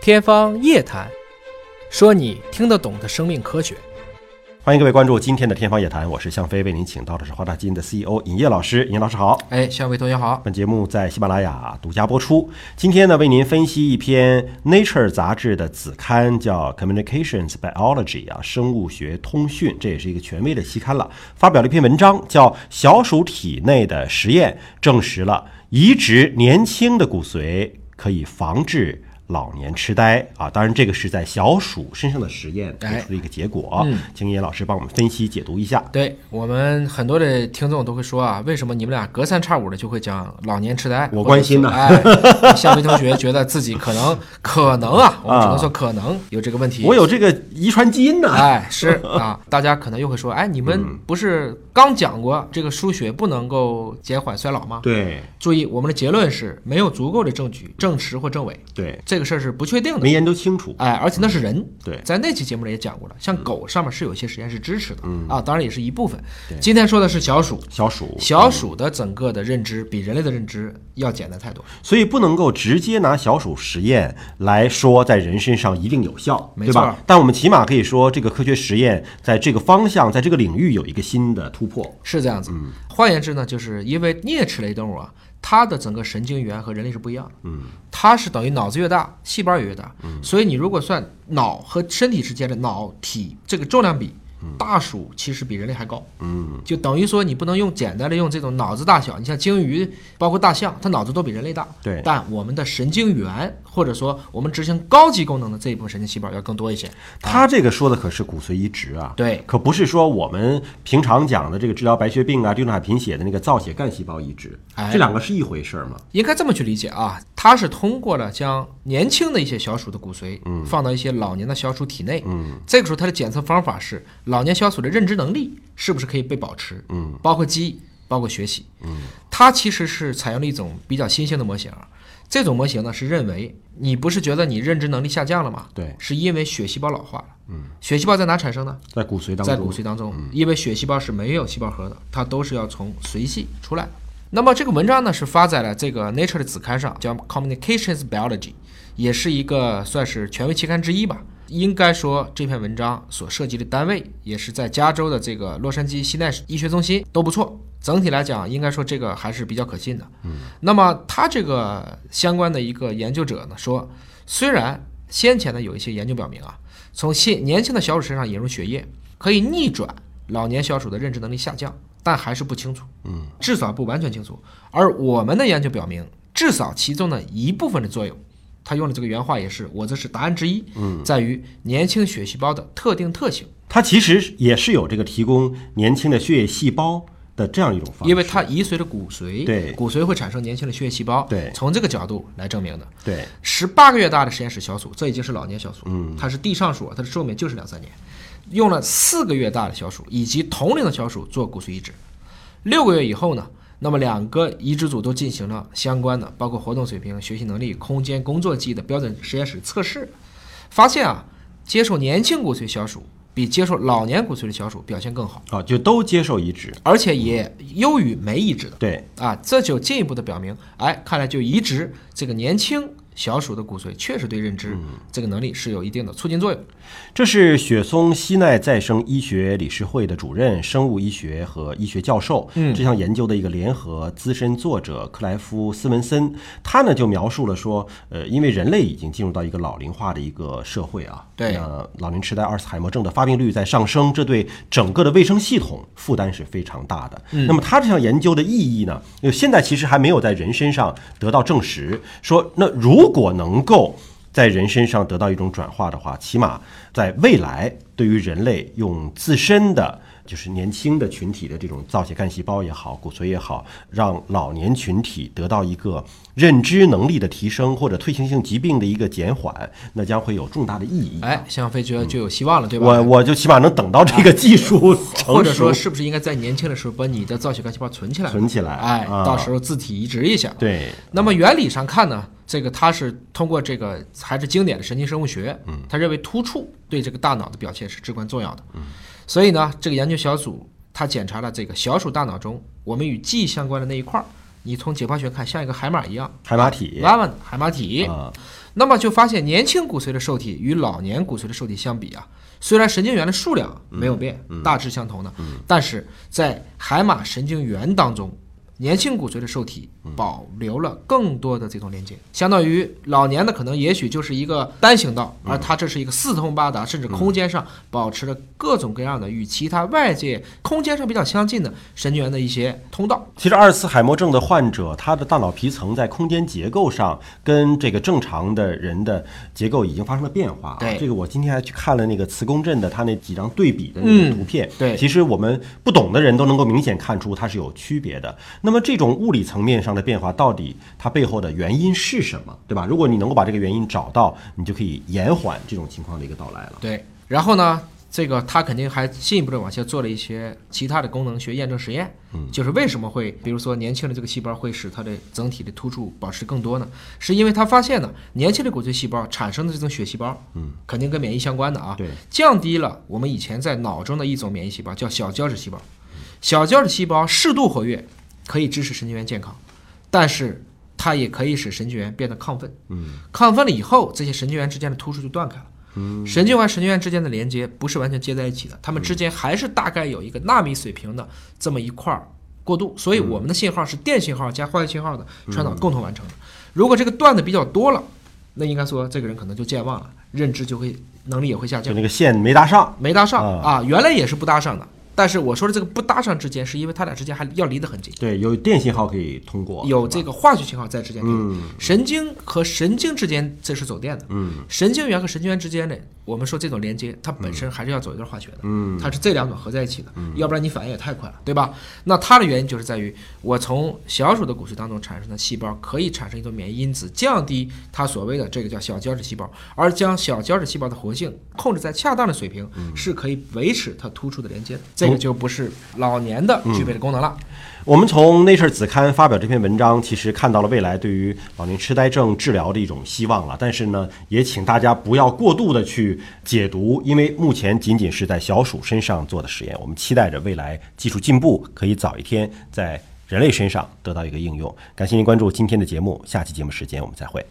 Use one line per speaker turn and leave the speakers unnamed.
天方夜谭，说你听得懂的生命科学。
欢迎各位关注今天的《天方夜谭》，我是向飞，为您请到的是华大基因的 CEO 尹烨老师。尹烨老师好，
哎，夏伟同学好。
本节目在喜马拉雅独家播出。今天呢，为您分析一篇《Nature》杂志的子刊，叫《Communications Biology》啊，生物学通讯，这也是一个权威的期刊了。发表了一篇文章，叫《小鼠体内的实验证实了移植年轻的骨髓可以防治》。老年痴呆啊，当然这个是在小鼠身上的实验得出的一个结果、啊，请叶老师帮我们分析解读一下。
对我们很多的听众都会说啊，为什么你们俩隔三差五的就会讲老年痴呆？
我关心呢
或者说哎， 夏飞同学觉得自己可能可能啊，我们只能说可能有这个问题。
我有这个遗传基因呢、
哎，是啊，大家可能又会说，哎，你们
嗯
不是刚讲过这个输血不能够减缓衰老吗？
对
注意，我们的结论是没有足够的证据证实或证伪，
对，
这个事儿是不确定的。
没研究清楚。
哎，而且那是人。
对
在那期节目里也讲过了，像狗上面是有一些实验是支持的，啊，当然也是一部分。今天说的是小鼠，
小鼠，
小鼠的整个的认知比人类的认知要简单太多。
所以不能够直接拿小鼠实验来说在人身上一定有效，
没
对
错
吧？但我们起码可以说，这个科学实验在这个方向，在这个领域有一个新的突破。
是这样子。换言之呢，就是因为啮齿类动物啊，它的整个神经元和人类是不一样的。嗯，它是等于脑子越大，细胞也越大。嗯，所以你如果算脑和身体之间的脑体这个重量比。大鼠其实比人类还高，
嗯，
就等于说你不能用简单的用这种脑子大小，你像鲸鱼，包括大象，它脑子都比人类大，
对
但我们的神经元或者说我们执行高级功能的这一部分神经细胞要更多一些，
他这个说的可是骨髓移植啊，
对，
可不是说我们平常讲的这个治疗白血病啊、地中海贫血的那个造血干细胞移植，
哎
这两个是一回事儿吗？
应该这么去理解啊，它是通过了将年轻的一些小鼠的骨髓，放到一些老年的小鼠体内，嗯，这个时候它的检测方法是老年小鼠的认知能力是不是可以被保持，嗯，包括记忆，包括学习，嗯，它其实是采用了一种比较新兴的模型啊，这种模型呢是认为你不是觉得你认知能力下降了吗？
对，
是因为血细胞老化了，嗯，血细胞在哪产生呢？
在骨髓当
在
中，
骨髓当中，因为血细胞是没有细胞核的，它都是要从髓系出来。那么这个文章呢是发在了这个 Nature 的子刊上，叫 Communications Biology，也是一个算是权威期刊之一吧。应该说这篇文章所涉及的单位也是在加州的这个洛杉矶西奈医学中心都不错。整体来讲，应该说这个还是比较可信的。嗯，那么他这个相关的一个研究者呢说，虽然先前呢有一些研究表明啊，从现年轻的小鼠身上引入血液，可以逆转老年小鼠的认知能力下降，但还是不清楚，嗯，至少不完全清楚。而我们的研究表明，至少其中的一部分的作用，他用的这个原话也是，我这是答案之一，嗯，在于年轻血细胞的特定特性，
它其实也是有这个提供年轻的血液细胞的这样一种方式。
因为它移髓的骨髓，
对
骨髓会产生年轻的血液细胞，
对
从这个角度来证明的。
对，
十八个月大的实验室小鼠，这已经是老年小鼠，嗯，它是地上鼠，它的寿命就是两三年。用了四个月大的小鼠以及同龄的小鼠做骨髓移植，六个月以后呢，那么两个移植组都进行了相关的，包括活动水平、学习能力、空间、工作记忆的标准实验室测试，发现啊，接受年轻骨髓小鼠比接受老年骨髓的小鼠表现更好，
啊，就都接受移植。
而且也优于没移植的。
对，
啊，这就进一步的表明，哎，看来就移植这个年轻小鼠的骨髓，确实对认知、
嗯
这个能力是有一定的促进作用。
这是雪松西奈再生医学理事会的主任、生物医学和医学教授，嗯，这项研究的一个联合资深作者克莱夫·斯文森，他呢就描述了说，呃，因为人类已经进入到一个老龄化的一个社会啊，
对
那老年痴呆、阿尔茨海默症的发病率在上升，这对整个的卫生系统负担是非常大的。那么他这项研究的意义呢，因为现在其实还没有在人身上得到证实，说那如果能够。在人身上得到一种转化的话，起码在未来，对于人类用自身的就是年轻的群体的这种造血干细胞也好，骨髓也好，让老年群体得到一个认知能力的提升或者退行性疾病的一个减缓，那将会有重大的意义。
哎，向飞觉得就有希望了，对吧？
嗯
啊
我我就起码能等到这个技术
或
成
者
熟
说，是不是应该在年轻的时候把你的造血干细胞存起来？
存起来，
哎，
啊
到时候自体移植一下。
对
那么原理上看呢，这个它是通过这个还是经典的神经生物学，嗯，他认为突触对这个大脑的表现是至关重要的，嗯，所以呢，这个研究小组他检查了这个小鼠大脑中我们与记忆相关的那一块儿你从解剖学看像一个海马一样，
海马体
弯弯的海马体。
啊，
那么就发现年轻骨髓的受体与老年骨髓的受体相比啊，虽然神经元的数量没有变，大致相同的，但是在海马神经元当中，年轻骨髓的受体保留了更多的这种连接，相当于老年的可能也许就是一个单行道，而它这是一个四通八达，甚至空间上保持了各种各样的与其他外界空间上比较相近的神经元的一些通道。
其实阿尔茨海默症的患者，他的大脑皮层在空间结构上跟这个正常的人的结构已经发生了变化、啊。
对
这个我今天还去看了那个磁共振的他那几张对比的那个图片。
嗯对
其实我们不懂的人都能够明显看出它是有区别的。那么这种物理层面上的变化，到底它背后的原因是什么？对吧？如果你能够把这个原因找到，你就可以延缓这种情况的一个到来了。
对，然后呢，这个他肯定还进一步的往下做了一些其他的功能学验证实验，嗯，就是为什么会，比如说年轻的这个细胞会使它的整体的突触保持更多呢？是因为他发现呢，年轻的骨髓细胞产生的这种血细胞，嗯，肯定跟免疫相关的啊，
对，
降低了我们以前在脑中的一种免疫细胞，叫小胶质细胞。小胶质细胞适度活跃，可以支持神经元健康，但是它也可以使神经元变得亢奋。嗯，亢奋了以后，这些神经元之间的突触就断开了。嗯，神经元和神经元之间的连接不是完全接在一起的，它们之间还是大概有一个纳米水平的这么一块儿过渡，所以我们的信号是电信号加化学信号的传导共同完成的。如果这个断的比较多了，那应该说这个人可能就健忘了，认知就会能力也会下降
就。那个线没搭上，
没搭上
啊
啊，原来也是不搭上的。但是我说的这个不搭上之间，是因为它俩之间还要离得很近，
对，有电信号可以通过，
有
对吧
这个化学信号在之间给你。神经和神经之间这是走电的，
嗯，
神经元和神经元之间呢，我们说这种连接，它本身还是要走一段化学的，嗯，它是这两种合在一起的，
嗯
要不然你反应也太快了，对吧？那它的原因就是在于，我从小鼠的骨髓当中产生的细胞可以产生一种免疫因子，降低它所谓的这个叫小胶质细胞，而将小胶质细胞的活性控制在恰当的水平，
嗯
是可以维持它突出的连接的，这个就不是老年的具备的功能了。
我们从《Nature》子刊发表这篇文章，其实看到了未来对于老年痴呆症治疗的一种希望了。但是呢，也请大家不要过度的去解读，因为目前仅仅是在小鼠身上做的实验。我们期待着未来技术进步，可以早一天在人类身上得到一个应用。感谢您关注今天的节目，下期节目时间我们再会。